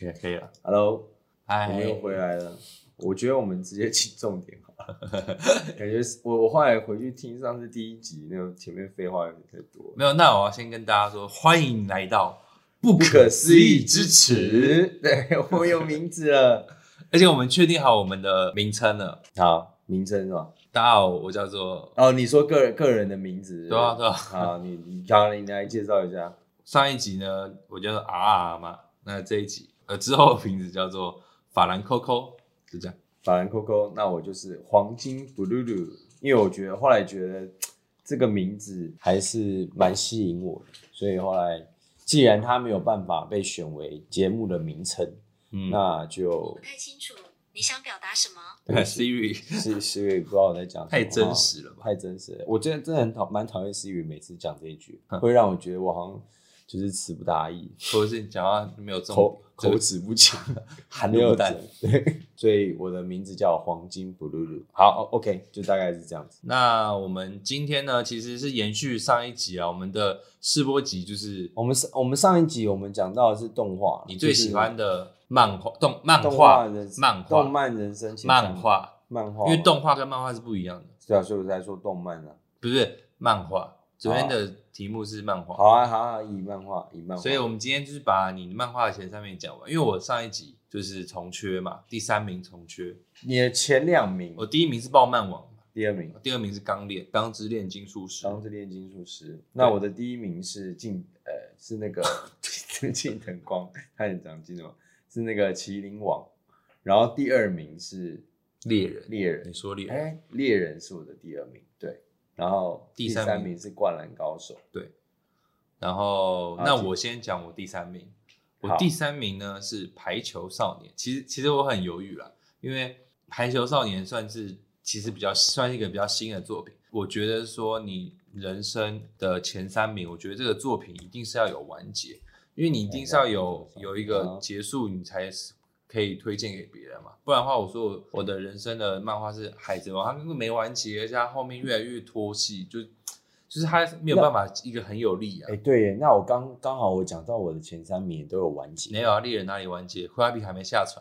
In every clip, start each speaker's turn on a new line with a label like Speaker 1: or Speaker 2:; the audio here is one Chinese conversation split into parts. Speaker 1: 也可以了。
Speaker 2: Hello，我
Speaker 1: 哎，
Speaker 2: 们又回来了。我觉得我们直接进重点好了， 感觉是我我后来回去听上次第一集，那种前面废话有点太多了。
Speaker 1: 没有，那我要先跟大家说，欢迎来到不
Speaker 2: 不可思议
Speaker 1: 之
Speaker 2: 之。词，对 我有名字了。
Speaker 1: 而且我们确定好我们的名称了。
Speaker 2: 好，名称是吧？
Speaker 1: 大家好，我叫做
Speaker 2: 哦，你说个人个人的名字？
Speaker 1: 对啊对啊
Speaker 2: 好，你你刚你来介绍一下。
Speaker 1: 上一集呢，我叫做 R R 嘛，那这一集呃之后名字叫做法兰扣扣，就这样。
Speaker 2: 法兰 Coco，那我就是黄金 Blue，因为我觉得后来觉得这个名字还是蛮吸引我的，所以后来既然它没有办法被选为节目的名称，
Speaker 1: 嗯
Speaker 2: 那
Speaker 3: 我
Speaker 2: 就
Speaker 3: 不太清楚你想表达什么。
Speaker 2: 对不起
Speaker 1: Siri
Speaker 2: 是 Siri 不知道我在讲什么，
Speaker 1: 太真实了吧？
Speaker 2: 太真实了。我真的真的很讨蛮讨厌 Siri 每次讲这一句，会让我觉得我好像就是词不达意，
Speaker 1: 或者是你讲话没有重
Speaker 2: 口
Speaker 1: 这
Speaker 2: 口齿不清。
Speaker 1: 含
Speaker 2: 没有
Speaker 1: 卤蛋。
Speaker 2: 对，所以我的名字叫黄金 Blue。好哦，OK，就大概是这样子。
Speaker 1: 那我们今天呢，其实是延续上一集啊，我们的试播集就是
Speaker 2: 我们上我们上一集我们讲到的是动画，
Speaker 1: 你最
Speaker 2: 就是
Speaker 1: 喜欢的漫画动漫
Speaker 2: 动
Speaker 1: 画
Speaker 2: 人
Speaker 1: 漫画
Speaker 2: 动漫哦人生前三
Speaker 1: 漫画，
Speaker 2: 漫画
Speaker 1: 因
Speaker 2: 嘛，
Speaker 1: 为动画跟漫画是不一样的，
Speaker 2: 对啊，所以我才说动漫啊。
Speaker 1: 不是漫画。昨天的题目是漫
Speaker 2: 好
Speaker 1: 画，
Speaker 2: 啊好啊，以漫画以漫画，
Speaker 1: 所以我们今天就是把你漫画的前三名讲完。因为我上一集就是重缺嘛，第三名重缺，
Speaker 2: 你的前两名，
Speaker 1: 我第一名是暴漫王，
Speaker 2: 第二名
Speaker 1: 第二名是钢炼钢之炼金术
Speaker 2: 《
Speaker 1: 师，
Speaker 2: 钢之炼金术师》，那我的第一名是近呃是 那个是近藤光，差点讲近藤光，是那个麒麟王，然后第二名是
Speaker 1: 猎人，
Speaker 2: 猎人
Speaker 1: 你，说猎人，
Speaker 2: 哎，猎人是我的第二名，对。然后
Speaker 1: 第
Speaker 2: 第
Speaker 1: 三
Speaker 2: 三
Speaker 1: 名
Speaker 2: 名是灌篮高手，
Speaker 1: 然后
Speaker 2: 好
Speaker 1: 那
Speaker 2: 请
Speaker 1: 我先讲我第三名，我
Speaker 2: 好
Speaker 1: 第三名呢是排球少年。其实其实我很犹豫啦，因为排球少年算是其实比较算是一个比较新的作品。我觉得说你人生的前三名，我觉得这个作品一定是要有完结，因为你一定是要有
Speaker 2: 哎
Speaker 1: 有一个
Speaker 2: 嗯
Speaker 1: 结束，你才是可以推荐给别人嘛。不然的话，我说我我的人生的漫画是《海贼王》，它根本没完结，而且它后面越来越拖戏，就就是它没有办法一个很有力啊。
Speaker 2: 哎、对耶，那我刚刚好我讲到我的前三名也都有完结，
Speaker 1: 没有啊，猎人哪里完结？库拉比还没下船，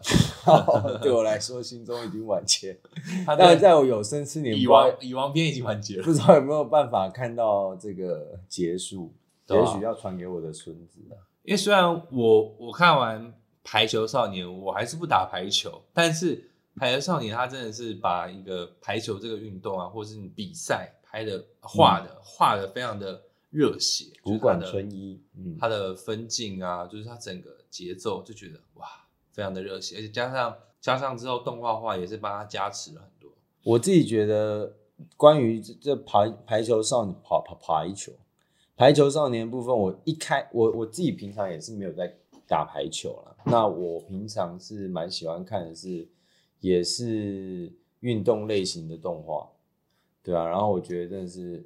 Speaker 2: 对我来说心中已经完 结。
Speaker 1: 他
Speaker 2: 但
Speaker 1: 的
Speaker 2: 在我有生之年，
Speaker 1: 蚁
Speaker 2: 不知道
Speaker 1: 王蚁王篇已经完结了
Speaker 2: 不。知道有没有办法看到这个结束，
Speaker 1: 对啊
Speaker 2: 也许要传给我的孙子啊。
Speaker 1: 因为虽然我我看完《排球少年》，我还是不打排球，但是《排球少年》他真的是把一个排球这个运动啊，或是你比赛拍的、画
Speaker 2: 嗯
Speaker 1: 的、画的非常的热血，
Speaker 2: 古管
Speaker 1: 就是
Speaker 2: 春一，嗯，
Speaker 1: 他的他的分镜啊，就是他整个节奏就觉得哇，非常的热血，而且加上加上之后动画化也是帮他加持了很多。
Speaker 2: 我自己觉得关于这这排排球少年排排排球排球少年部分，我一开我我自己平常也是没有在打排球啦。那我平常是蛮喜欢看的是也是运动类型的动画，对啊。然后我觉得真的是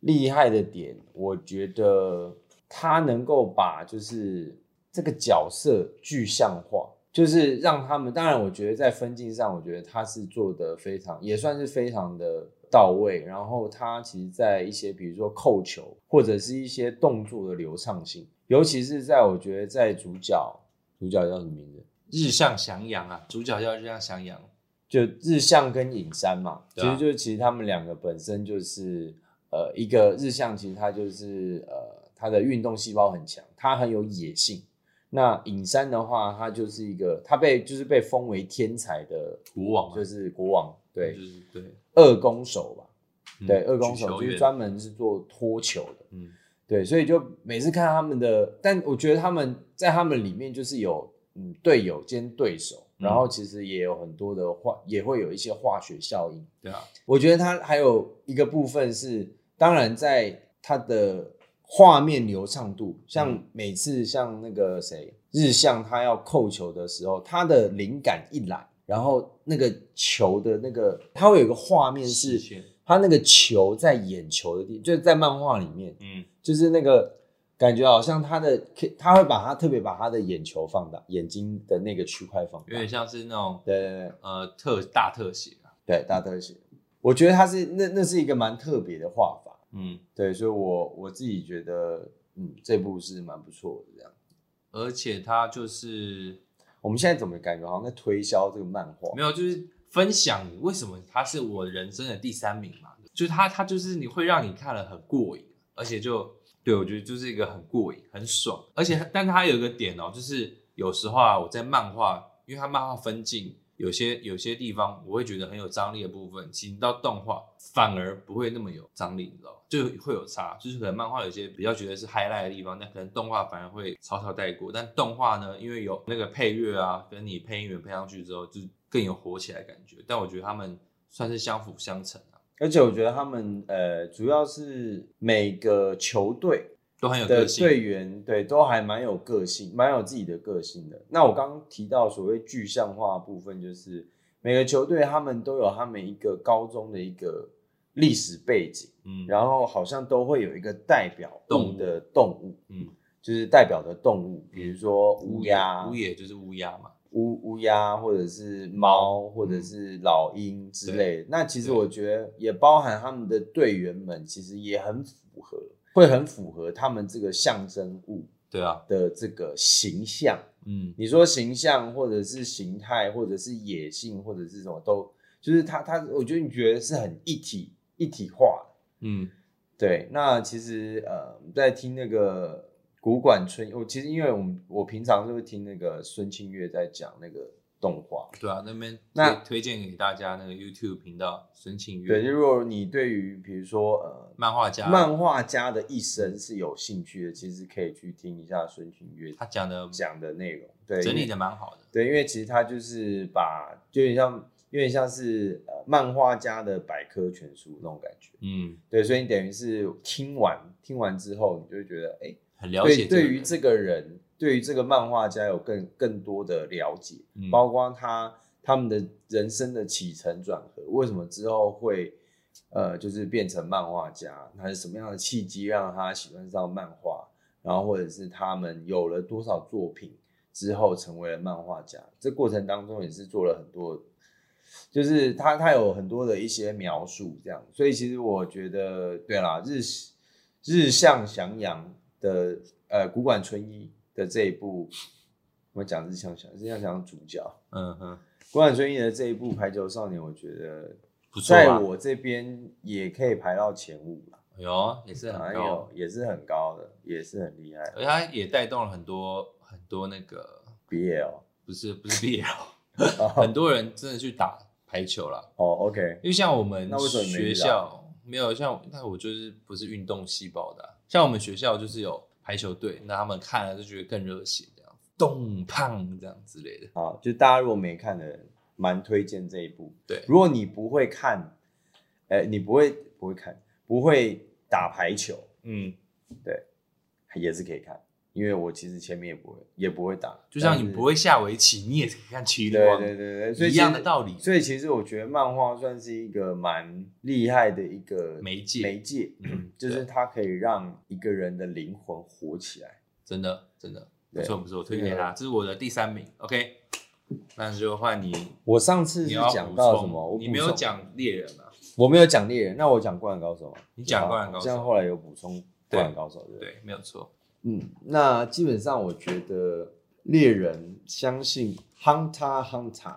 Speaker 2: 厉害的点，我觉得他能够把就是这个角色具象化，就是让他们。当然，我觉得在分镜上，我觉得他是做的非常，也算是非常的到位。然后他其实，在一些比如说扣球或者是一些动作的流畅性，尤其是在我觉得在主角，主角叫什么名字？
Speaker 1: 日向翔阳啊，主角叫日向翔阳，
Speaker 2: 就日向跟影山嘛，
Speaker 1: 对啊
Speaker 2: 其实就是其实他们两个本身就是呃一个日向，其实他就是呃他的运动细胞很强，他很有野性。那影山的话，他就是一个他被就是被封为天才的，
Speaker 1: 国王啊
Speaker 2: 就是国王，对
Speaker 1: 就，是对
Speaker 2: 二攻手吧，
Speaker 1: 嗯
Speaker 2: 对，二攻
Speaker 1: 举球
Speaker 2: 手就是
Speaker 1: 员
Speaker 2: 专门是做脱球的，
Speaker 1: 嗯
Speaker 2: 对，所以就每次看他们的，但我觉得他们在他们里面就是有嗯队友兼对手，
Speaker 1: 嗯
Speaker 2: 然后其实也有很多的化，也会有一些化学效应。
Speaker 1: 对啊，
Speaker 2: 我觉得它还有一个部分是，当然在它的画面流畅度，像
Speaker 1: 嗯
Speaker 2: 每次像那个谁日向他要扣球的时候，他的灵感一来，然后那个球的那个，它会有一个画面
Speaker 1: 视
Speaker 2: 是，
Speaker 1: 线
Speaker 2: 他那个球在眼球的地，就是在漫画里面，
Speaker 1: 嗯
Speaker 2: 就是那个感觉好像他的，他会把他特别把他的眼球放大，眼睛的那个区块放大，
Speaker 1: 有点像是那种
Speaker 2: 对对对。
Speaker 1: 呃特大特写啊，
Speaker 2: 对，大特写。我觉得它是那那是一个蛮特别的画法，
Speaker 1: 嗯，
Speaker 2: 对，所以我我自己觉得，嗯，这部是蛮不错的这样。
Speaker 1: 而且它就是
Speaker 2: 我们现在怎么感觉好像在推销这个漫画？
Speaker 1: 没有，就是分享为什么它是我人生的第三名嘛，就是它它就是你会让你看了很过瘾，而且就对我觉得就是一个很过瘾、很爽，而且但它有一个点哦，就是有时候啊我在漫画，因为它漫画分镜。有些有些地方我会觉得很有张力的部分，其实到动画反而不会那么有张力，你知道吗？就会有差，就是可能漫画有些比较觉得是 highlight 的地方，但可能动画反而会草草带过。但动画呢，因为有那个配乐啊，跟你配音员配上去之后，就更有火起来的感觉。但我觉得他们算是相辅相成啊，
Speaker 2: 而且我觉得他们呃，主要是每个球队
Speaker 1: 都很有
Speaker 2: 的
Speaker 1: 个性。
Speaker 2: 队员对都还蛮有个性，蛮有自己的个性的。那我刚刚提到所谓具象化的部分，就是每个球队他们都有他们一个高中的一个历史背景，
Speaker 1: 嗯，
Speaker 2: 然后好像都会有一个代表动物的动物，
Speaker 1: 嗯，
Speaker 2: 就是代表的动物，比如说哦乌
Speaker 1: 乌
Speaker 2: 鸦、
Speaker 1: 乌野就是乌鸦嘛，
Speaker 2: 乌乌鸦或者是猫嗯或者是老鹰之类的。那其实
Speaker 1: 对
Speaker 2: 我觉得也包含他们的队员们，其实也很符合，会很符合他们这个象征物
Speaker 1: 对啊，
Speaker 2: 的这个形象。
Speaker 1: 嗯，
Speaker 2: 你说形象或者是形态或者是野性或者是什么都，就是它它，我觉得你觉得是很一体一体化的。
Speaker 1: 嗯，
Speaker 2: 对，那其实呃，在听那个古管春，我其实因为我们我平常就会听那个孙清月在讲那个动画，
Speaker 1: 对啊，那边
Speaker 2: 那
Speaker 1: 推推荐给大家那个 YouTube 频道孙庆月，
Speaker 2: 对，就如果你对于比如说呃
Speaker 1: 漫画家，
Speaker 2: 漫画家的一生是有兴趣的，其实可以去听一下孙清月
Speaker 1: 他讲的
Speaker 2: 讲的内容，对，
Speaker 1: 整理
Speaker 2: 因为
Speaker 1: 的蛮好的，
Speaker 2: 对，因为其实他就是把就有点像有点像是呃漫画家的百科全书那种感觉，
Speaker 1: 嗯，
Speaker 2: 对，所以你等于是听完听完之后，你就会觉得哎。诶
Speaker 1: 很了
Speaker 2: 对，
Speaker 1: 解
Speaker 2: 对
Speaker 1: 个
Speaker 2: 于
Speaker 1: 人
Speaker 2: 这个人，对于这个漫画家有更更多的了解，
Speaker 1: 嗯
Speaker 2: 包括他他们的人生的起承转合，为什么之后会呃就是变成漫画家，他是什么样的契机让他喜欢上漫画，然后或者是他们有了多少作品之后成为了漫画家，这过程当中也是做了很多。就是他，他有很多的一些描述，这样，所以其实我觉得，对啦，日日向翔阳的呃古管春一的这一部，我讲日向翔，日向翔主角
Speaker 1: 嗯哼，
Speaker 2: 古管春一的这一部《排球少年》，我觉得
Speaker 1: 不错
Speaker 2: 在
Speaker 1: 吧？
Speaker 2: 我这边也可以排到前五啦，
Speaker 1: 哎呦，也是
Speaker 2: 哎
Speaker 1: 很高
Speaker 2: 呦，，也是很高的，也是很厉害
Speaker 1: 而且它也带动了很多很多那个
Speaker 2: ，BL
Speaker 1: 不是不是 BL，
Speaker 2: 哦
Speaker 1: 很多人真的去打排球啦。
Speaker 2: ，OK，
Speaker 1: 因为像我们
Speaker 2: 那为什么你没遇到
Speaker 1: 学校没有像，那我就是不是运动细胞的啊、像我们学校就是有排球队，那他们看了就觉得更热血，这样动胖这样之类的。
Speaker 2: 好，就大家如果没看的，蛮推荐这一部。
Speaker 1: 对
Speaker 2: 如果你不会看，呃，你不会不会看，不会打排球，
Speaker 1: 嗯，
Speaker 2: 也是可以看，因为我其实前面也不会，也不会打，
Speaker 1: 就像
Speaker 2: 但
Speaker 1: 你
Speaker 2: 是
Speaker 1: 不会下围棋，你也可以看啊棋力
Speaker 2: 对
Speaker 1: 王，
Speaker 2: 对对对，所以
Speaker 1: 一
Speaker 2: 其
Speaker 1: 样
Speaker 2: 实
Speaker 1: 的道理。
Speaker 2: 所以其实我觉得漫画算是一个蛮厉害的一个
Speaker 1: 媒介
Speaker 2: 媒介
Speaker 1: 嗯，
Speaker 2: 就是
Speaker 1: 对
Speaker 2: 它可以让一个人的灵魂活起来。
Speaker 1: 真的真的不
Speaker 2: 对啊
Speaker 1: 错不错，我推荐他，这是我的第三名。OK，那就换你，
Speaker 2: 我上次
Speaker 1: 你
Speaker 2: 是
Speaker 1: 要
Speaker 2: 讲
Speaker 1: 补
Speaker 2: 到
Speaker 1: 充
Speaker 2: 什么？我
Speaker 1: 你
Speaker 2: 补
Speaker 1: 没有
Speaker 2: 充，
Speaker 1: 讲猎人啊？
Speaker 2: 我没有讲猎人，那我讲灌篮高手啊嘛？
Speaker 1: 你讲
Speaker 2: 好
Speaker 1: 灌篮高
Speaker 2: 好像
Speaker 1: 手
Speaker 2: 后来有补充
Speaker 1: 对
Speaker 2: 灌篮高手，对不对？
Speaker 1: 对，没有错。
Speaker 2: 嗯，那基本上我觉得猎人相信 Hunter Hunter，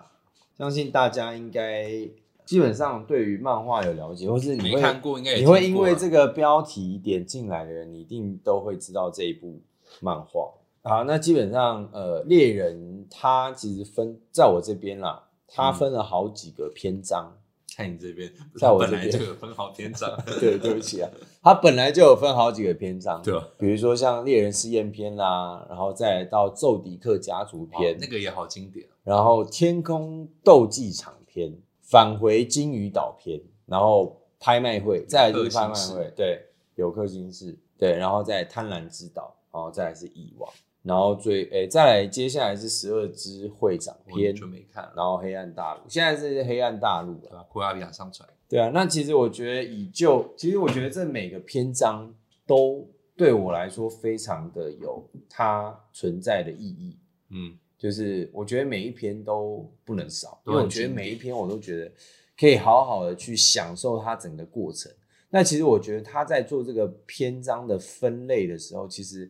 Speaker 2: 相信大家应该基本上对于漫画有了解，或是你
Speaker 1: 没
Speaker 2: 会
Speaker 1: 看过应该也
Speaker 2: 你会
Speaker 1: 听
Speaker 2: 因
Speaker 1: 过啊
Speaker 2: 为
Speaker 1: 了
Speaker 2: 这个标题点进来的人，你一定都会知道这一部漫画。好，那基本上呃，猎人他其实分在我这边啦，
Speaker 1: 嗯
Speaker 2: 他分了好几个篇章。
Speaker 1: 在你这边，不是
Speaker 2: 在我
Speaker 1: 本
Speaker 2: 这
Speaker 1: 来
Speaker 2: 边
Speaker 1: 就有分好 篇章，
Speaker 2: 对，对不起啊，他本来就有分好几个篇章，
Speaker 1: 对啊
Speaker 2: 比如说像猎人试验篇啦，然后再来到奏迪克家族
Speaker 1: 哇
Speaker 2: 篇，
Speaker 1: 那个也好经典。
Speaker 2: 然后天空斗技场篇，返回金鱼岛篇，然后拍卖会，再来就是拍卖会
Speaker 1: 有克星，
Speaker 2: 对，有氪金士，对，然后再来贪婪之岛，然后再来是蚁王，然后最诶再来接下来是十二支会长
Speaker 1: 我
Speaker 2: 篇，
Speaker 1: 就没看了。
Speaker 2: 然后黑暗大陆，现在是黑暗大陆了
Speaker 1: 对。吧？啊库拉比亚上传，
Speaker 2: 对啊，那其实我觉得以就，其实我觉得这每个篇章都对我来说非常的有它存在的意义，
Speaker 1: 嗯，
Speaker 2: 就是我觉得每一篇都不能少，因
Speaker 1: 都
Speaker 2: 为
Speaker 1: 很
Speaker 2: 我觉得
Speaker 1: 经典
Speaker 2: 每一篇我都觉得可以好好的去享受它整个过程。那其实我觉得他在做这个篇章的分类的时候，其实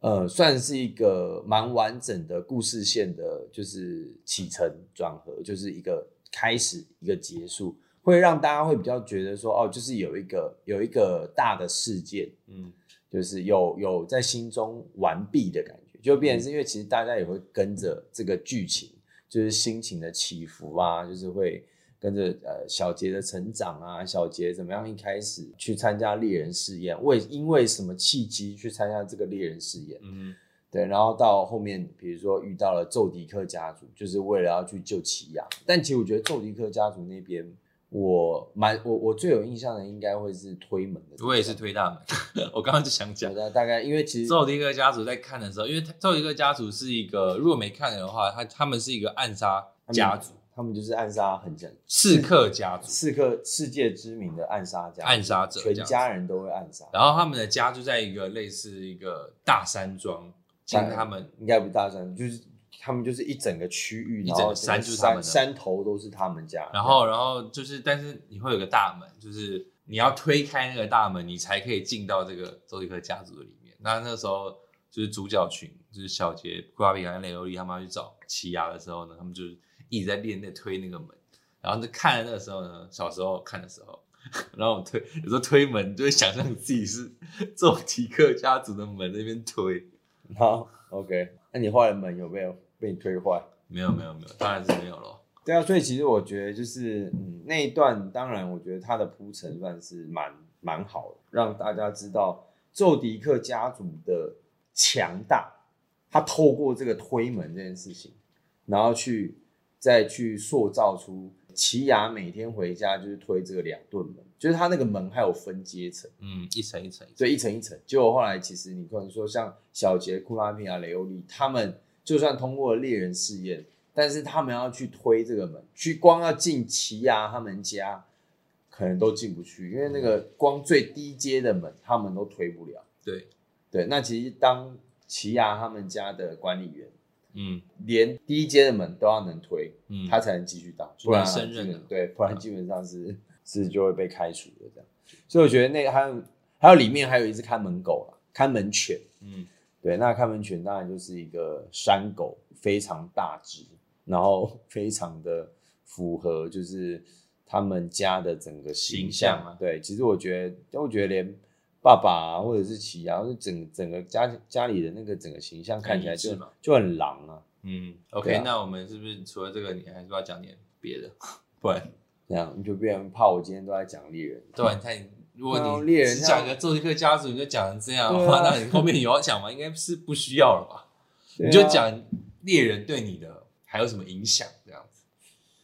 Speaker 2: 呃，算是一个蛮完整的故事线的，就是起承转合，就是一个开始，一个结束，会让大家会比较觉得说，哦，就是有一个有一个大的事件，
Speaker 1: 嗯，
Speaker 2: 就是有有在心中完毕的感觉，就变成是因为其实大家也会跟着这个剧情，就是心情的起伏啊，就是会跟着呃小杰的成长啊，小杰怎么样一开始去参加猎人试验，为因为什么契机去参加这个猎人试验，
Speaker 1: 嗯
Speaker 2: 对，然后到后面，比如说遇到了宙迪克家族，就是为了要去救奇亚。但其实我觉得宙迪克家族那边，我蛮我我最有印象的应该会是推门的地
Speaker 1: 哼，
Speaker 2: 方，
Speaker 1: 我也是推大门， 我刚刚就想
Speaker 2: 觉
Speaker 1: 讲。
Speaker 2: 得大概因为其实
Speaker 1: 宙迪克家族在看的时候，因为他宙迪克家族是一个，如果没看的话，他他们是一个暗杀家族，
Speaker 2: 他们就是暗杀很像
Speaker 1: 刺客家族，
Speaker 2: 刺客世界知名的暗杀家，
Speaker 1: 暗杀者
Speaker 2: 全
Speaker 1: 这样子
Speaker 2: 家人都会暗杀，
Speaker 1: 然后他们的家就在一个类似一个大山庄，
Speaker 2: 大
Speaker 1: 经他们
Speaker 2: 应该不大战，就是他们就是一整个区域，
Speaker 1: 一
Speaker 2: 然
Speaker 1: 整
Speaker 2: 后
Speaker 1: 个山就是他们
Speaker 2: 山
Speaker 1: 的
Speaker 2: 山头都是他们家，
Speaker 1: 然后，然后就是，但是你会有个大门，就是你要推开那个大门，你才可以进到这个周迪克家族的里面。那那时候就是主角群，就是小杰、库拉比卡跟雷欧利他们要去找奇亚的时候呢，他们就是一直在练那推那个门。然后就看的那个时候呢，小时候看的时候， 然后我推有时候推门，就会想象自己是 周迪克家族的门那边推。
Speaker 2: 好 OK，那你坏了门有没有被你推坏？
Speaker 1: 没有没有没有，当然是没有咯。
Speaker 2: 对啊，所以其实我觉得就是，嗯，那一段当然，我觉得它的铺陈算是蛮蛮好的，让大家知道宙迪克家族的强大。他透过这个推门这件事情，然后去再去塑造出奇亚每天回家就是推这个两顿门，就是他那个门还有分阶层。
Speaker 1: 嗯，一层一层一层。
Speaker 2: 所以一层一层。结果后来其实你可能说像小杰、库拉米亚、雷欧利他们，就算通过了猎人试验，但是他们要去推这个门，去光要进奇亚他们家，可能都进不去，因为那个光最低阶的门他们都推不了。
Speaker 1: 对，
Speaker 2: 对，那其实当奇亚他们家的管理员。
Speaker 1: 嗯
Speaker 2: 连低阶的门都要能推，
Speaker 1: 嗯，
Speaker 2: 他才能继续当，
Speaker 1: 是
Speaker 2: 不然
Speaker 1: 你胜任
Speaker 2: 基本
Speaker 1: 的
Speaker 2: 对，不然基本上是 是就会被开除的这样。所以我觉得那个还有还有里面还有一只看门狗啦，看门犬。
Speaker 1: 嗯
Speaker 2: 对，那看门犬当然就是一个山狗，非常大只，然后非常的符合就是他们家的整个形
Speaker 1: 形象啊
Speaker 2: 对，其实我觉得，我觉得连爸爸啊、或者是奇啊，或者整整个家家里的那个整个形象看起来就
Speaker 1: 很一致嘛
Speaker 2: 就很狼啊。
Speaker 1: 嗯
Speaker 2: 对
Speaker 1: ，OK，、
Speaker 2: 啊
Speaker 1: 那我们是不是除了这个，你还是要讲点别 的？不然
Speaker 2: 这样你就变成怕我今天都在讲猎人，
Speaker 1: 不然太，如
Speaker 2: 那
Speaker 1: 果你
Speaker 2: 猎人
Speaker 1: 只
Speaker 2: 要
Speaker 1: 讲一个宙斯克家族，你就讲成这样
Speaker 2: 对
Speaker 1: 的
Speaker 2: 啊
Speaker 1: 话，那你后面有要讲吗？应该是不需要了吧？
Speaker 2: 对啊
Speaker 1: 你就讲猎人对你的还有什么影响这样子。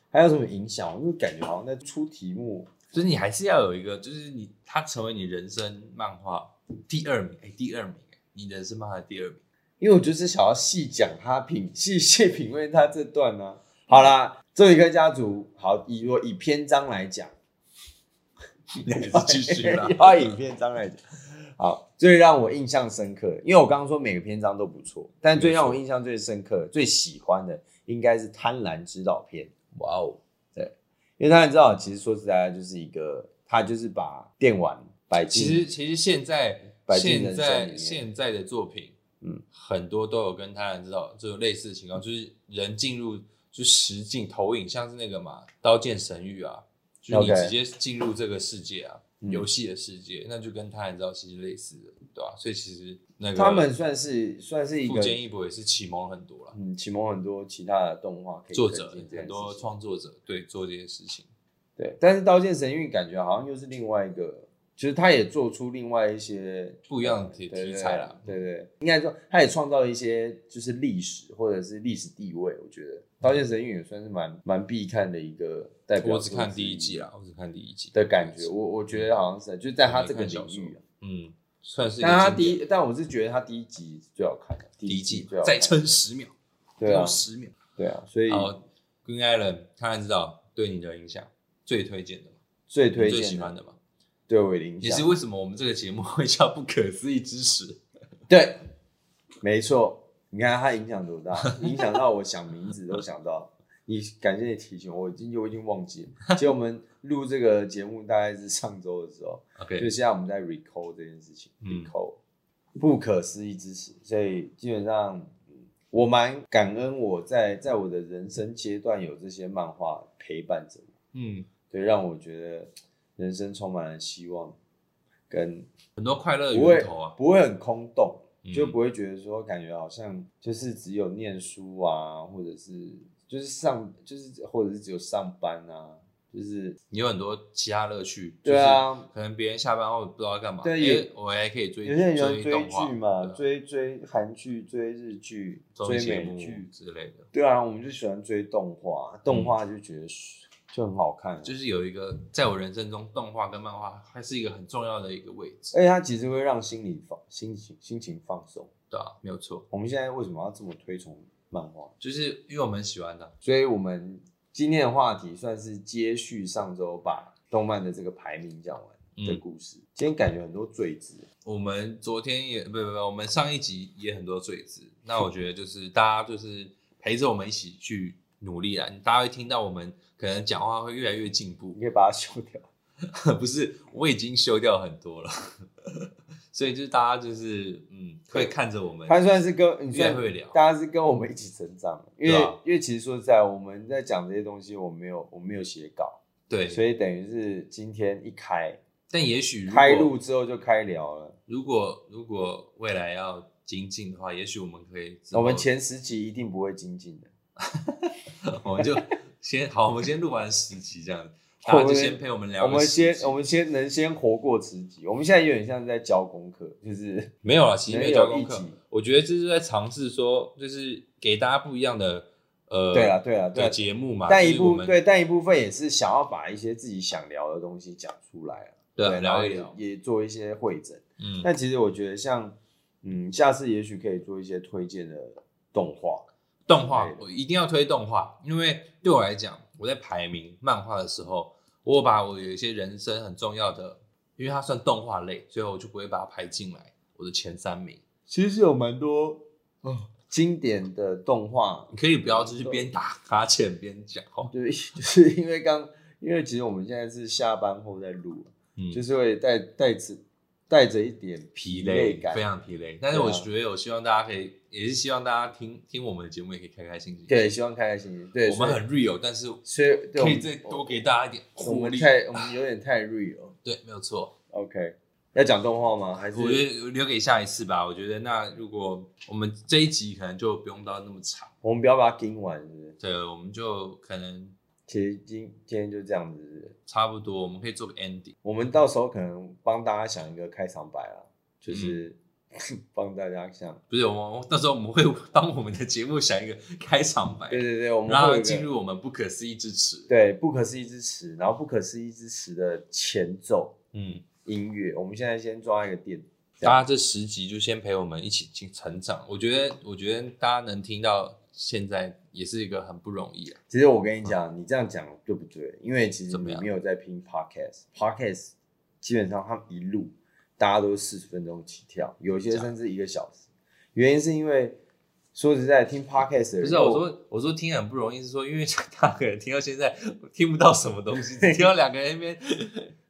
Speaker 2: 还有什么影响？我就感觉好像在出题目，
Speaker 1: 就是你还是要有一个，就是你他成为你人生漫画第二名，哎、第二名、哎，你人生漫画的第二名。
Speaker 2: 因为我就是想要细讲他品 细细品味他这段呢、啊好啦，这一个家族，好以我以篇章来讲，
Speaker 1: 你还是啊继续 啦。
Speaker 2: 要以篇章来讲。好，最让我印象深刻，因为我刚刚说每个篇章都不错，但最让我印象最深刻、最喜欢的应该是《贪婪指导篇》。
Speaker 1: 哇哦，
Speaker 2: 因为大家知道，其实说实在，就是一个他就是把电玩摆进，
Speaker 1: 其实其实现在
Speaker 2: 摆进人
Speaker 1: 现
Speaker 2: 生里面
Speaker 1: 在现在的作品，
Speaker 2: 嗯
Speaker 1: 嗯，很多都有跟他人知道就有类似的情况，就是人进入就实境投影，像是那个嘛《刀剑神域》啊，就是你
Speaker 2: OK
Speaker 1: 直接进入这个世界啊，
Speaker 2: 嗯
Speaker 1: 游戏的世界，那就跟他人知道其实类似的，对吧、所以其实那个
Speaker 2: 他们算是算是一
Speaker 1: 富
Speaker 2: 个
Speaker 1: 坚义博也是启蒙了很多了，
Speaker 2: 嗯启蒙很多其他的动画可以
Speaker 1: 作者
Speaker 2: 跟进这件
Speaker 1: 很多
Speaker 2: 事情
Speaker 1: 创作者对做这些事情，
Speaker 2: 对，但是《刀剑神域》感觉好像又是另外一个，其实他也做出另外一些呃
Speaker 1: 不一样的题
Speaker 2: 对对
Speaker 1: 题材啦嗯
Speaker 2: 对对对，应该说他也创造了一些就是历史或者是历史地位，我觉得《刀剑神域》也算是蛮蛮必看的一个代表。
Speaker 1: 我只看第一季啦，我只看第一季
Speaker 2: 的感觉，我我觉得好像是就在他这个领
Speaker 1: 我没看小
Speaker 2: 域啊
Speaker 1: 说、嗯，算是一个
Speaker 2: 但他
Speaker 1: 经
Speaker 2: 第
Speaker 1: 典
Speaker 2: 一，但我是觉得他第一集最好看的，啊第
Speaker 1: 第一
Speaker 2: 季
Speaker 1: 季
Speaker 2: 最好看
Speaker 1: 再撑哦十秒，
Speaker 2: 对啊
Speaker 1: 用，十秒。
Speaker 2: 对啊，所以
Speaker 1: 好，Green Island，当然知道对你的影响，最推荐的嘛，
Speaker 2: 最
Speaker 1: 你
Speaker 2: 推
Speaker 1: 最
Speaker 2: 荐
Speaker 1: 喜欢的嘛，
Speaker 2: 对我的影
Speaker 1: 也是
Speaker 2: 响，
Speaker 1: 为什么我们这个节目会叫不可思议之 时。
Speaker 2: 对，没错，你看他影响多 大，影响到我想名字都想到。你感谢你提醒我，我已经我已经忘记了。其实我们录这个节目大概是上周的时候，就
Speaker 1: OK，
Speaker 2: 现在我们在 recall 这件事情
Speaker 1: 嗯
Speaker 2: ，recall。不可思议之时，所以基本上嗯我蛮感恩我在在我的人生阶段有这些漫画陪伴着我，
Speaker 1: 嗯，
Speaker 2: 对，让我觉得人生充满了希望，跟
Speaker 1: 很多快乐
Speaker 2: 不会
Speaker 1: 源头啊，
Speaker 2: 不会很空洞，
Speaker 1: 嗯
Speaker 2: 就不会觉得说感觉好像就是只有念书啊，或者是就是上就是或者是只有上班啊，就是
Speaker 1: 你有很多其他乐趣。
Speaker 2: 对啊，
Speaker 1: 就是可能别人下班后不知道干嘛，
Speaker 2: 对
Speaker 1: 哎
Speaker 2: 也
Speaker 1: 我还可以追，
Speaker 2: 有些人喜欢追
Speaker 1: 动画
Speaker 2: 剧嘛，
Speaker 1: 对啊
Speaker 2: 追追韩剧、追日剧、
Speaker 1: 综
Speaker 2: 追
Speaker 1: 艺节
Speaker 2: 美
Speaker 1: 目
Speaker 2: 剧，
Speaker 1: 之类的，
Speaker 2: 对啊，我们就喜欢追动画，动画就觉得是就很好看，啊
Speaker 1: 就是是有一个在我人生中，动画跟漫画还是一个很重要的一个位置，
Speaker 2: 而且它其实会让心理放心情心情放松。
Speaker 1: 对啊，没有错，
Speaker 2: 我们现在为什么要这么推崇漫画？
Speaker 1: 就是因为我们喜欢的，啊
Speaker 2: 所以我们今天的话题算是接续上周把动漫的这个排名讲完的
Speaker 1: 嗯
Speaker 2: 故事。今天感觉很多罪字，
Speaker 1: 我们昨天也不不不，我们上一集也很多罪字。那我觉得就是大家就是陪着我们一起去努力啊，大家会听到我们可能讲话会越来越进步
Speaker 2: 你。可以把它修掉。
Speaker 1: 不是，我已经修掉很多了，所以就是大家就是嗯，会看着我 们。
Speaker 2: 他算是跟你
Speaker 1: 越来
Speaker 2: 算
Speaker 1: 越会聊
Speaker 2: 大家是跟我们一起成长的，因为、
Speaker 1: 对啊
Speaker 2: 因为其实说实在，我们在讲这些东西，我没有我没有写稿，
Speaker 1: 对，
Speaker 2: 所以等于是今天一开
Speaker 1: 但也许如果
Speaker 2: 开录之后就开聊了。
Speaker 1: 如果如果未来要精进的话，也许我们可以之后
Speaker 2: 我们前十集一定不会精进的，
Speaker 1: 我们就先好，我们先录完十集这样，
Speaker 2: 我
Speaker 1: 大家
Speaker 2: 们
Speaker 1: 就先陪我们聊
Speaker 2: 我
Speaker 1: 个
Speaker 2: 们
Speaker 1: 十
Speaker 2: 先
Speaker 1: 集
Speaker 2: 我们先能先活过十集，我们现在有点像是在教功课，就是
Speaker 1: 没有啦，其实没有教功
Speaker 2: 能有
Speaker 1: 课
Speaker 2: 一集。
Speaker 1: 我觉得这是在尝试说，就是给大家不一样的呃，
Speaker 2: 对啊对啊对
Speaker 1: 的
Speaker 2: 啊，
Speaker 1: 节目嘛。
Speaker 2: 但
Speaker 1: 就
Speaker 2: 一
Speaker 1: 是我
Speaker 2: 部
Speaker 1: 们
Speaker 2: 对，但一部分也是想要把一些自己想聊的东西讲出来啊，
Speaker 1: 对啊
Speaker 2: 然后
Speaker 1: 聊一
Speaker 2: 也
Speaker 1: 聊
Speaker 2: 也做一些会诊。
Speaker 1: 嗯，
Speaker 2: 但其实我觉得像，嗯，下次也许可以做一些推荐的动画。
Speaker 1: 动画
Speaker 2: 之类的
Speaker 1: 我一定要推动画，因为对我来讲，我在排名漫画的时候，我把我有一些人生很重要的，因为它算动画类，所以我就不会把它排进来我的前三名。
Speaker 2: 其实有蛮多哦经典的动画，
Speaker 1: 你可以不要就是边打哈欠边讲哦，
Speaker 2: 对，就是 因为刚，因为其实我们现在是下班后在录，
Speaker 1: 嗯，
Speaker 2: 就是是会带带着带着一点
Speaker 1: 疲
Speaker 2: 累
Speaker 1: 累，
Speaker 2: 感，
Speaker 1: 非常疲累。但是
Speaker 2: 对啊
Speaker 1: 我觉得，我希望大家可以，也是希望大家听听我们的节目，也可以开开心心。
Speaker 2: 对，希望开开心心。对，
Speaker 1: 我
Speaker 2: 所
Speaker 1: 们
Speaker 2: 以
Speaker 1: 很 real，但是
Speaker 2: 所以对
Speaker 1: 可
Speaker 2: 我
Speaker 1: 以
Speaker 2: 们
Speaker 1: 再多给大家一点
Speaker 2: 我
Speaker 1: 活
Speaker 2: 们
Speaker 1: 力。
Speaker 2: 太我们有点太 real。
Speaker 1: 对，没有错，
Speaker 2: OK，要讲动画吗？还是
Speaker 1: 我觉得留给下一次吧。我觉得那如果我们这一集可能就不用到那么长，
Speaker 2: 我们不要把它盯完，是不是？
Speaker 1: 对，我们就可能
Speaker 2: 其实今今天就这样子是不是
Speaker 1: 差不多，我们可以做个 ending。
Speaker 2: 我们到时候可能帮大家想一个开场白啊，就是、
Speaker 1: 嗯
Speaker 2: 帮大家想，
Speaker 1: 不是，我们到时候我们会帮我们的节目想一个开场白，
Speaker 2: 对对对，我们
Speaker 1: 然
Speaker 2: 会
Speaker 1: 后
Speaker 2: 有一个
Speaker 1: 进入我们不可思议之词。
Speaker 2: 对不可思议之词，然后不可思议之词的前奏
Speaker 1: 嗯，
Speaker 2: 音乐，我们现在先抓一个点，这
Speaker 1: 大
Speaker 2: 样
Speaker 1: 家这十集就先陪我们一起进成长。我觉得，我觉得大家能听到现在也是一个很不容易啊。
Speaker 2: 其实我跟你讲，你这样讲对不对？因为其实
Speaker 1: 怎么
Speaker 2: 你
Speaker 1: 样
Speaker 2: 没有在拼 podcast，podcast 基本上他们一路大家都是四十分钟起跳，有些
Speaker 1: 假的
Speaker 2: 甚至一个小时。原因是因为说实在，听 podcast 的人
Speaker 1: 不是啊、我说，我说听很不容易，是说因为大家可能听到现在 听不到什么东西，只听到两个人那边。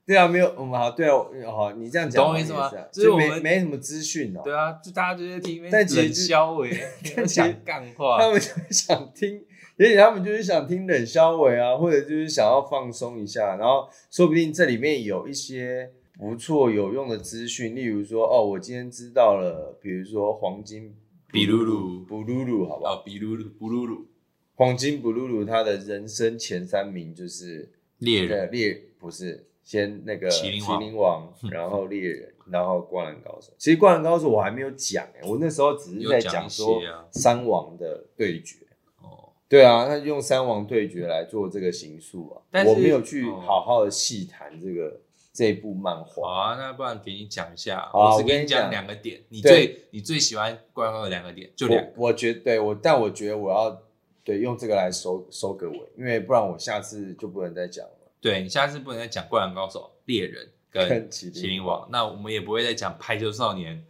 Speaker 2: 对啊，没有，嗯，好，对啊，好，你这样讲
Speaker 1: 懂我意思吗
Speaker 2: 也是啊
Speaker 1: 就是
Speaker 2: 就
Speaker 1: 我
Speaker 2: 没
Speaker 1: 们
Speaker 2: 没什么资讯哦。
Speaker 1: 对啊，就大家就在听那边
Speaker 2: 但其实
Speaker 1: 冷笑伟
Speaker 2: 但其实
Speaker 1: 讲干话，
Speaker 2: 他们就是想听， 也许他们就是想听冷消伟啊，或者就是想要放松一下，然后说不定这里面有一些不错有用的资讯，例如说，哦，我今天知道了，比如说黄金
Speaker 1: 比鲁鲁
Speaker 2: 布鲁鲁，好不好？
Speaker 1: 啊，比鲁鲁布鲁鲁
Speaker 2: 黄金布鲁鲁他的人生前三名就是
Speaker 1: 猎
Speaker 2: 那个
Speaker 1: 人，
Speaker 2: 猎不是先那个
Speaker 1: 麒麟王
Speaker 2: 王然后猎人，然后灌篮高手。其实灌篮高手我还没有讲哎、我那时候只是
Speaker 1: 有
Speaker 2: 在
Speaker 1: 讲一
Speaker 2: 说
Speaker 1: 些啊
Speaker 2: 三王的对决。
Speaker 1: 哦，
Speaker 2: 对啊，他用三王对决来做这个刑诉啊，
Speaker 1: 但是
Speaker 2: 我没有去
Speaker 1: 哦
Speaker 2: 好好的细谈这个、这部漫
Speaker 1: 好
Speaker 2: 画。
Speaker 1: 啊，那不然给你讲一下，
Speaker 2: 好啊
Speaker 1: 我只
Speaker 2: 我跟
Speaker 1: 跟
Speaker 2: 你
Speaker 1: 你
Speaker 2: 讲
Speaker 1: 讲两个点，你
Speaker 2: 对
Speaker 1: 最你最喜欢怪怪的两个点，就两
Speaker 2: 我
Speaker 1: 个，
Speaker 2: 我觉得对我，但我觉得我要对用这个来收收个尾，因为不然我下次就不能再讲了。
Speaker 1: 对你下次不能再讲灌篮高手、猎人跟
Speaker 2: 跟麒麟
Speaker 1: 麒麟王，那我们也不会再讲排球少年、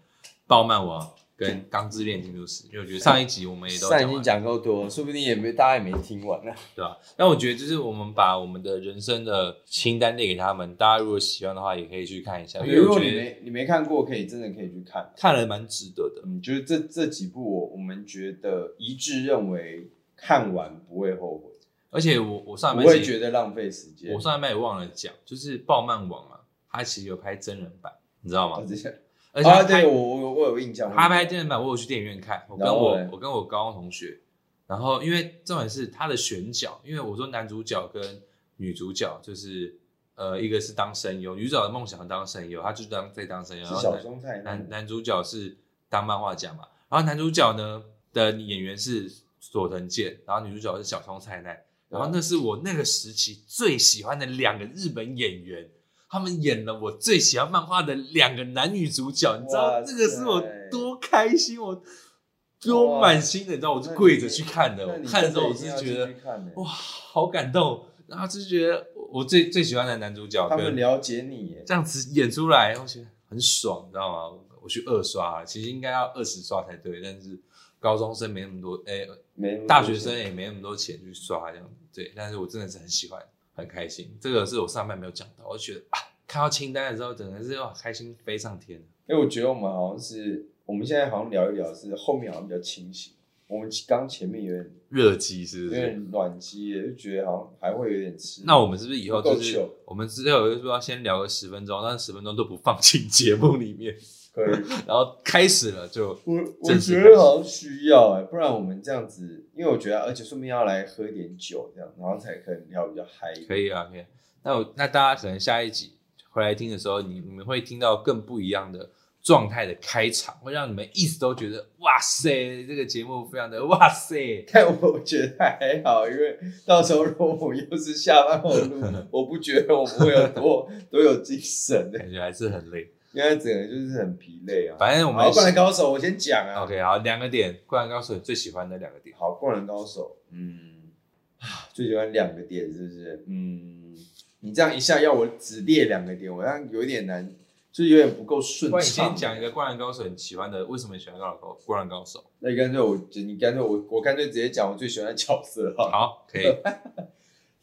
Speaker 1: 暴漫王、跟《钢之炼金术师》，因为我觉得上一集我们也都
Speaker 2: 上已
Speaker 1: 讲
Speaker 2: 经
Speaker 1: 完，
Speaker 2: 讲够多了，说不定也没大家也没听完呢。
Speaker 1: 对吧、那我觉得就是我们把我们的人生的清单列给他们，大家如果喜欢的话，也可以去看一下，因为
Speaker 2: 如
Speaker 1: 我
Speaker 2: 果你
Speaker 1: 觉得
Speaker 2: 没你没看过，可以真的可以去看。
Speaker 1: 看了蛮值得的。
Speaker 2: 嗯，就是这这几部我我们觉得一致认为看完不会后悔，
Speaker 1: 而且我我上
Speaker 2: 不
Speaker 1: 半
Speaker 2: 会
Speaker 1: 集
Speaker 2: 觉得浪费时间。
Speaker 1: 我上一半也忘了讲，就是爆漫网啊，它其实有拍真人版，你知道
Speaker 2: 啊
Speaker 1: 吗？
Speaker 2: 这些
Speaker 1: 而且它
Speaker 2: 啊，对
Speaker 1: 拍
Speaker 2: 我我我有印象，
Speaker 1: 他拍真人版，我有去电影院看，我跟
Speaker 2: 然后
Speaker 1: 我
Speaker 2: 嘞
Speaker 1: 我跟我高中同学，然后因为重点是他的选角，因为我说男主角跟女主角就是呃一个是当声优，女主角的梦想是当声优，她就当在当声优，
Speaker 2: 是
Speaker 1: 然后
Speaker 2: 小
Speaker 1: 男
Speaker 2: 松菜
Speaker 1: 男男主角是当漫画家嘛，然后男主角呢的演员是佐藤健，然后女主角是小松菜奈，然后那是我那个时期最喜欢的两个日本演员，他们演了我最喜欢漫画的两个男女主角，你知道
Speaker 2: 哇
Speaker 1: 这个是我
Speaker 2: 塞
Speaker 1: 多开心，我多满心的，你知道我是跪着去看的，
Speaker 2: 那
Speaker 1: 我
Speaker 2: 你
Speaker 1: 看的时
Speaker 2: 真
Speaker 1: 候
Speaker 2: 一
Speaker 1: 我
Speaker 2: 定
Speaker 1: 是
Speaker 2: 要
Speaker 1: 觉
Speaker 2: 进
Speaker 1: 得
Speaker 2: 去看呢
Speaker 1: 哇好感动，然后就是觉得我最最喜欢的男主角
Speaker 2: 他
Speaker 1: 跟
Speaker 2: 们了解你耶，
Speaker 1: 这样子演出来，我觉得很爽，你知道吗？我去二刷，其实应该要二十刷才对，但是高中生没那么多，哎、
Speaker 2: 没
Speaker 1: 大学生也没那么多钱去刷这样子。对，但是我真的是很喜欢，很开心。这个是我上半没有讲到，我就觉得啊，看到清单的时候，整个是哇，开心飞上天。
Speaker 2: 因为我觉得我们好像是，我们现在好像聊一聊是后面好像比较清醒，我们刚前面有点
Speaker 1: 热机是
Speaker 2: 有
Speaker 1: 不是？
Speaker 2: 点暖机耶，就觉得好像还会有点吃。
Speaker 1: 那我们是不是以后就
Speaker 2: 不
Speaker 1: 是
Speaker 2: 够糗
Speaker 1: 我们之后就说要先聊个十分钟，但是十分钟都不放进节目里面，
Speaker 2: 可以，
Speaker 1: 然后开始了就
Speaker 2: 我我
Speaker 1: 正式
Speaker 2: 觉
Speaker 1: 开始
Speaker 2: 得好像需要哎，不然我们这样子，因为我觉得，而且顺便要来喝点酒，这样，然后才可能聊比较嗨。
Speaker 1: 可以啊，可以。那我那大家可能下一集回来听的时候，你你们会听到更不一样的状态的开场，会让你们一直都觉得哇塞，这个节目非常的哇塞。
Speaker 2: 但我我觉得还好，因为到时候如果我又是下班后 录，我不觉得我们会有多多有精神的，
Speaker 1: 感觉还是很累，
Speaker 2: 因为整个就是很疲累啊。
Speaker 1: 反正我们
Speaker 2: 好，灌篮高手，我先讲啊。
Speaker 1: OK 好，两个点，灌篮高手你最喜欢的两个点，
Speaker 2: 好，灌篮高手，嗯，啊最喜欢两个点是不是？嗯，你这样一下要我只列两个点，我这样有一点难，就是有点不够顺
Speaker 1: 不
Speaker 2: 畅。
Speaker 1: 然你先讲一个灌篮高手你喜欢的，为什么你喜欢灌篮高灌篮 高手？
Speaker 2: 那你干脆我，你干脆我，我干脆直接讲我最喜欢的角色哈。
Speaker 1: 好，可以，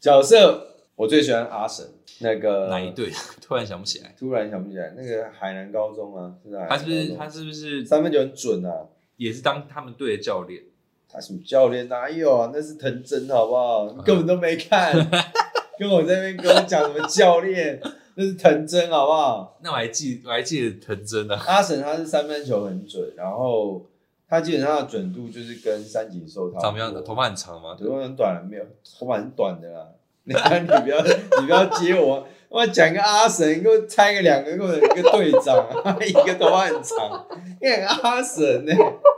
Speaker 2: 角色我最喜欢阿神，那个
Speaker 1: 哪一？队？ 突然想不起来，
Speaker 2: 突然想不起来，那个海南高中啊，是吧？
Speaker 1: 他是不是
Speaker 2: 海
Speaker 1: 他
Speaker 2: 南高中
Speaker 1: 是不是
Speaker 2: 三分球很准啊？
Speaker 1: 也是当他们队的教练？
Speaker 2: 他什么教练哪有啊？那是藤真好不好？
Speaker 1: 嗯
Speaker 2: 你根本都没看， 跟我在那边跟我讲什么教练，那是藤真好不好？
Speaker 1: 那我还记我还记得藤真啊，
Speaker 2: 阿神他是三分球很准，然后他基本上的准度就是跟三井寿他
Speaker 1: 长什么样的？头发很长吗？
Speaker 2: 头发很短了没有？头发很短的啦。 你看你不要你不要接我，我讲个阿神，你给我猜个两个，给我一个队长， 一个头发很长，一个阿神呢、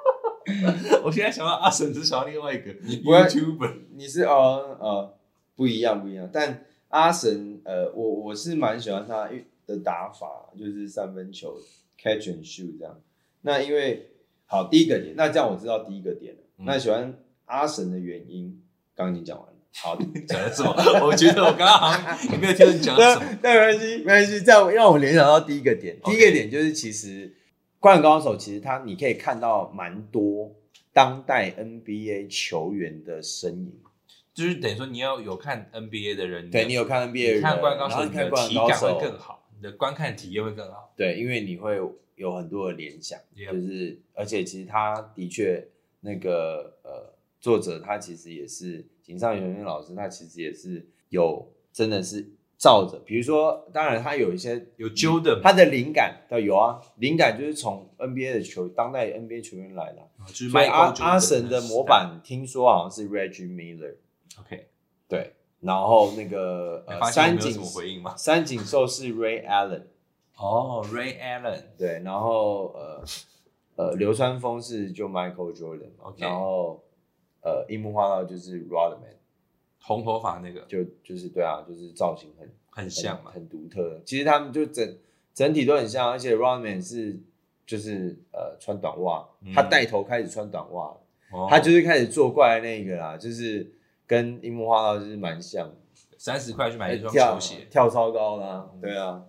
Speaker 1: 我现在想到阿神是想到另外一个
Speaker 2: 不会
Speaker 1: YouTuber，
Speaker 2: 你是哦呃不一样不一样，但阿神呃我我是蛮喜欢他的打法，就是三分球 catch and shoot 这样。那因为好第一个点，那这样我知道第一个点了。
Speaker 1: 嗯
Speaker 2: 那喜欢阿神的原因，刚刚已经讲完了。好，
Speaker 1: 讲了什么？ 我觉得我刚刚好像也没有听到你讲 了什么。
Speaker 2: 那没关系，没关系，这样让我联想到第一个点。
Speaker 1: OK
Speaker 2: 第一个点就是，其实《灌篮高手》其实它你可以看到蛮多当代 NBA 球员的身影。
Speaker 1: 就是等于说你要有看 NBA 的人，
Speaker 2: 对你有看 NBA 的人，
Speaker 1: 你看《灌篮高
Speaker 2: 然
Speaker 1: 手
Speaker 2: 后》，你看《
Speaker 1: 你
Speaker 2: 灌
Speaker 1: 的
Speaker 2: 篮
Speaker 1: 体
Speaker 2: 高
Speaker 1: 感
Speaker 2: 手》
Speaker 1: 会更好，你的观看体验会更好。
Speaker 2: 对，因为你会有很多的联想
Speaker 1: Yeah
Speaker 2: 就是而且其实他的确那个呃作者他其实也是井上雄彦老师，他其实也是有真的是照着，比如说当然他有一些
Speaker 1: 有 Jordan 吗
Speaker 2: 嗯他的灵感对有啊，灵感就是从 NBA 的球当代 NBA 球员来的啊，
Speaker 1: 哦就是
Speaker 2: 所以
Speaker 1: Michael
Speaker 2: 阿
Speaker 1: Jordan
Speaker 2: 阿神的
Speaker 1: 时代
Speaker 2: 模。板听说好像是 Reggie Miller，
Speaker 1: OK，
Speaker 2: 对，然后那个
Speaker 1: 你
Speaker 2: 呃
Speaker 1: 哎发现我
Speaker 2: 三
Speaker 1: 没有
Speaker 2: 井
Speaker 1: 什么回应吗？
Speaker 2: 三井寿是 Ray Allen。
Speaker 1: 哦，Ray Allen，
Speaker 2: 对，然后呃呃，流川枫是就 Michael Jordan，嘛
Speaker 1: OK
Speaker 2: 然后呃，樱木花道就是 Rodman，
Speaker 1: 红头发那个
Speaker 2: 就就是对啊，就是造型很
Speaker 1: 很
Speaker 2: 很
Speaker 1: 像嘛。
Speaker 2: 很独特。其实他们就整整体都很像，而且 Rodman 是就是呃穿短袜，他
Speaker 1: 嗯
Speaker 2: 带头开始穿短袜了，
Speaker 1: 哦
Speaker 2: 他就是开始做怪那个啦，就是跟樱木花道就是蛮像的。
Speaker 1: 三十块去买一双
Speaker 2: 跳
Speaker 1: 球鞋，嗯
Speaker 2: 跳超高啦、对啊，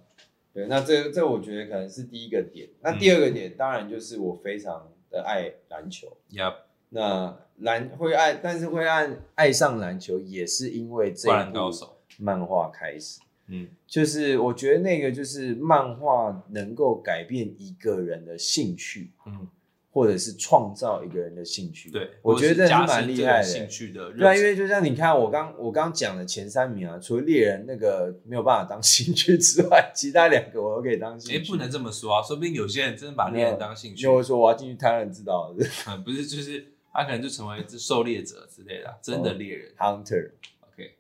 Speaker 2: 对，那这这我觉得可能是第一个点。
Speaker 1: 嗯
Speaker 2: 那第二个点，当然就是我非常的爱篮球。
Speaker 1: Yep，
Speaker 2: 那篮会爱，但是会爱爱上篮球，也是因为这
Speaker 1: 灌篮
Speaker 2: 一
Speaker 1: 高
Speaker 2: 部
Speaker 1: 手，
Speaker 2: 漫画开始。
Speaker 1: 嗯
Speaker 2: 就是我觉得那个就是漫画能够改变一个人的兴趣，
Speaker 1: 嗯，
Speaker 2: 或者是创造一个人的兴趣。
Speaker 1: 对，
Speaker 2: 我觉得这
Speaker 1: 夹
Speaker 2: 是蛮厉害的。
Speaker 1: 兴趣的热情，
Speaker 2: 对啊，因为就像你看，我刚我刚讲的前三名啊，除了猎人那个没有办法当兴趣之外，其他两个我都可以当兴趣。
Speaker 1: 哎，不能这么说啊，说不定有些人真的把猎人当兴趣
Speaker 2: 因，为我说我要进去贪婪之岛是
Speaker 1: 嗯 不是，就是他可能就成为一只狩猎者之类的啊，真
Speaker 2: 哦
Speaker 1: 的猎人。
Speaker 2: hunter。
Speaker 1: OK，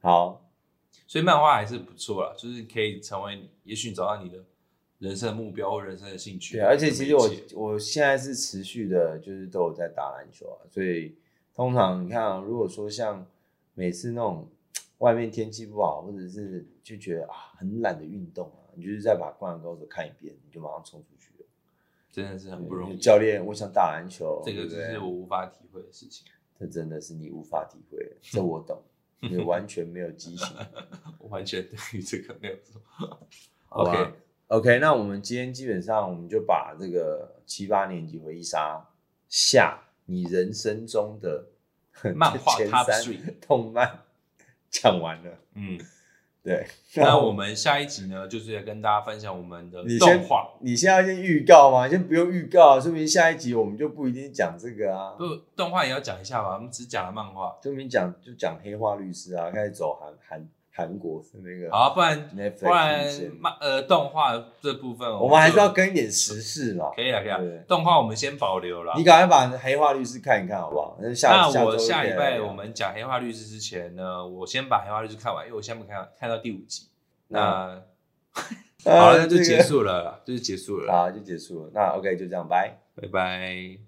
Speaker 2: 好，
Speaker 1: 所以漫画还是不错啦，就是可以成为你，也许你找到你的人生的目标或人生的兴趣。
Speaker 2: 对，啊而且其实我
Speaker 1: 媒介
Speaker 2: 我现在是持续的，就是都有在打篮球啊，所以通常你看、啊，如果说像每次那种外面天气不好，或者是就觉得啊很懒的运动啊，你就是再把《灌篮高手》看一遍，你就马上冲出去了。
Speaker 1: 真的是很不容易。
Speaker 2: 教练，我想打篮球，
Speaker 1: 这个就
Speaker 2: 对不对
Speaker 1: 是我无法体会的事情，
Speaker 2: 这真的是你无法体会的，这我 懂，你完全没有激情。
Speaker 1: 我完全 对于这个没有做。
Speaker 2: 好吧
Speaker 1: OK
Speaker 2: OK，那我们今天基本上我们就把这个七八年级回忆杀下你人生中的
Speaker 1: 漫画
Speaker 2: 前
Speaker 1: Top
Speaker 2: 三
Speaker 1: Three
Speaker 2: 动漫讲完了。
Speaker 1: 嗯，
Speaker 2: 对，
Speaker 1: 那我们下一集呢，就是要跟大家分享我们的
Speaker 2: 你先
Speaker 1: 动画。
Speaker 2: 你现在要先预告吗？先不用预告，啊说明下一集我们就不一定讲这个啊，
Speaker 1: 不，动画也要讲一下吧。我们只讲了漫画，
Speaker 2: 说明讲就讲黑化律师啊，开始走韩韩韩国那个
Speaker 1: 好、啊，不然
Speaker 2: Netflix
Speaker 1: 不然
Speaker 2: 路线
Speaker 1: 漫呃动画这部分
Speaker 2: 我们还是
Speaker 1: 就
Speaker 2: 要跟一点时事嘛。
Speaker 1: 可以啊，可以啊
Speaker 2: 对。
Speaker 1: 动画我们先保留了
Speaker 2: 你。赶快把《黑化律师》看一看，好不好？那下
Speaker 1: 那
Speaker 2: 下
Speaker 1: 我
Speaker 2: 周
Speaker 1: 下
Speaker 2: 可以
Speaker 1: 礼
Speaker 2: 来
Speaker 1: 拜
Speaker 2: 聊
Speaker 1: 我们讲《黑化律师》之前呢，我先把《黑化律师》看完，因为我先不看看到第五集。那
Speaker 2: 那
Speaker 1: 好了，那
Speaker 2: 呃
Speaker 1: 就
Speaker 2: 这个
Speaker 1: 结束了啦，就是结束了啦，
Speaker 2: 好，就结束了。那 OK，就这样，拜。
Speaker 1: 拜拜。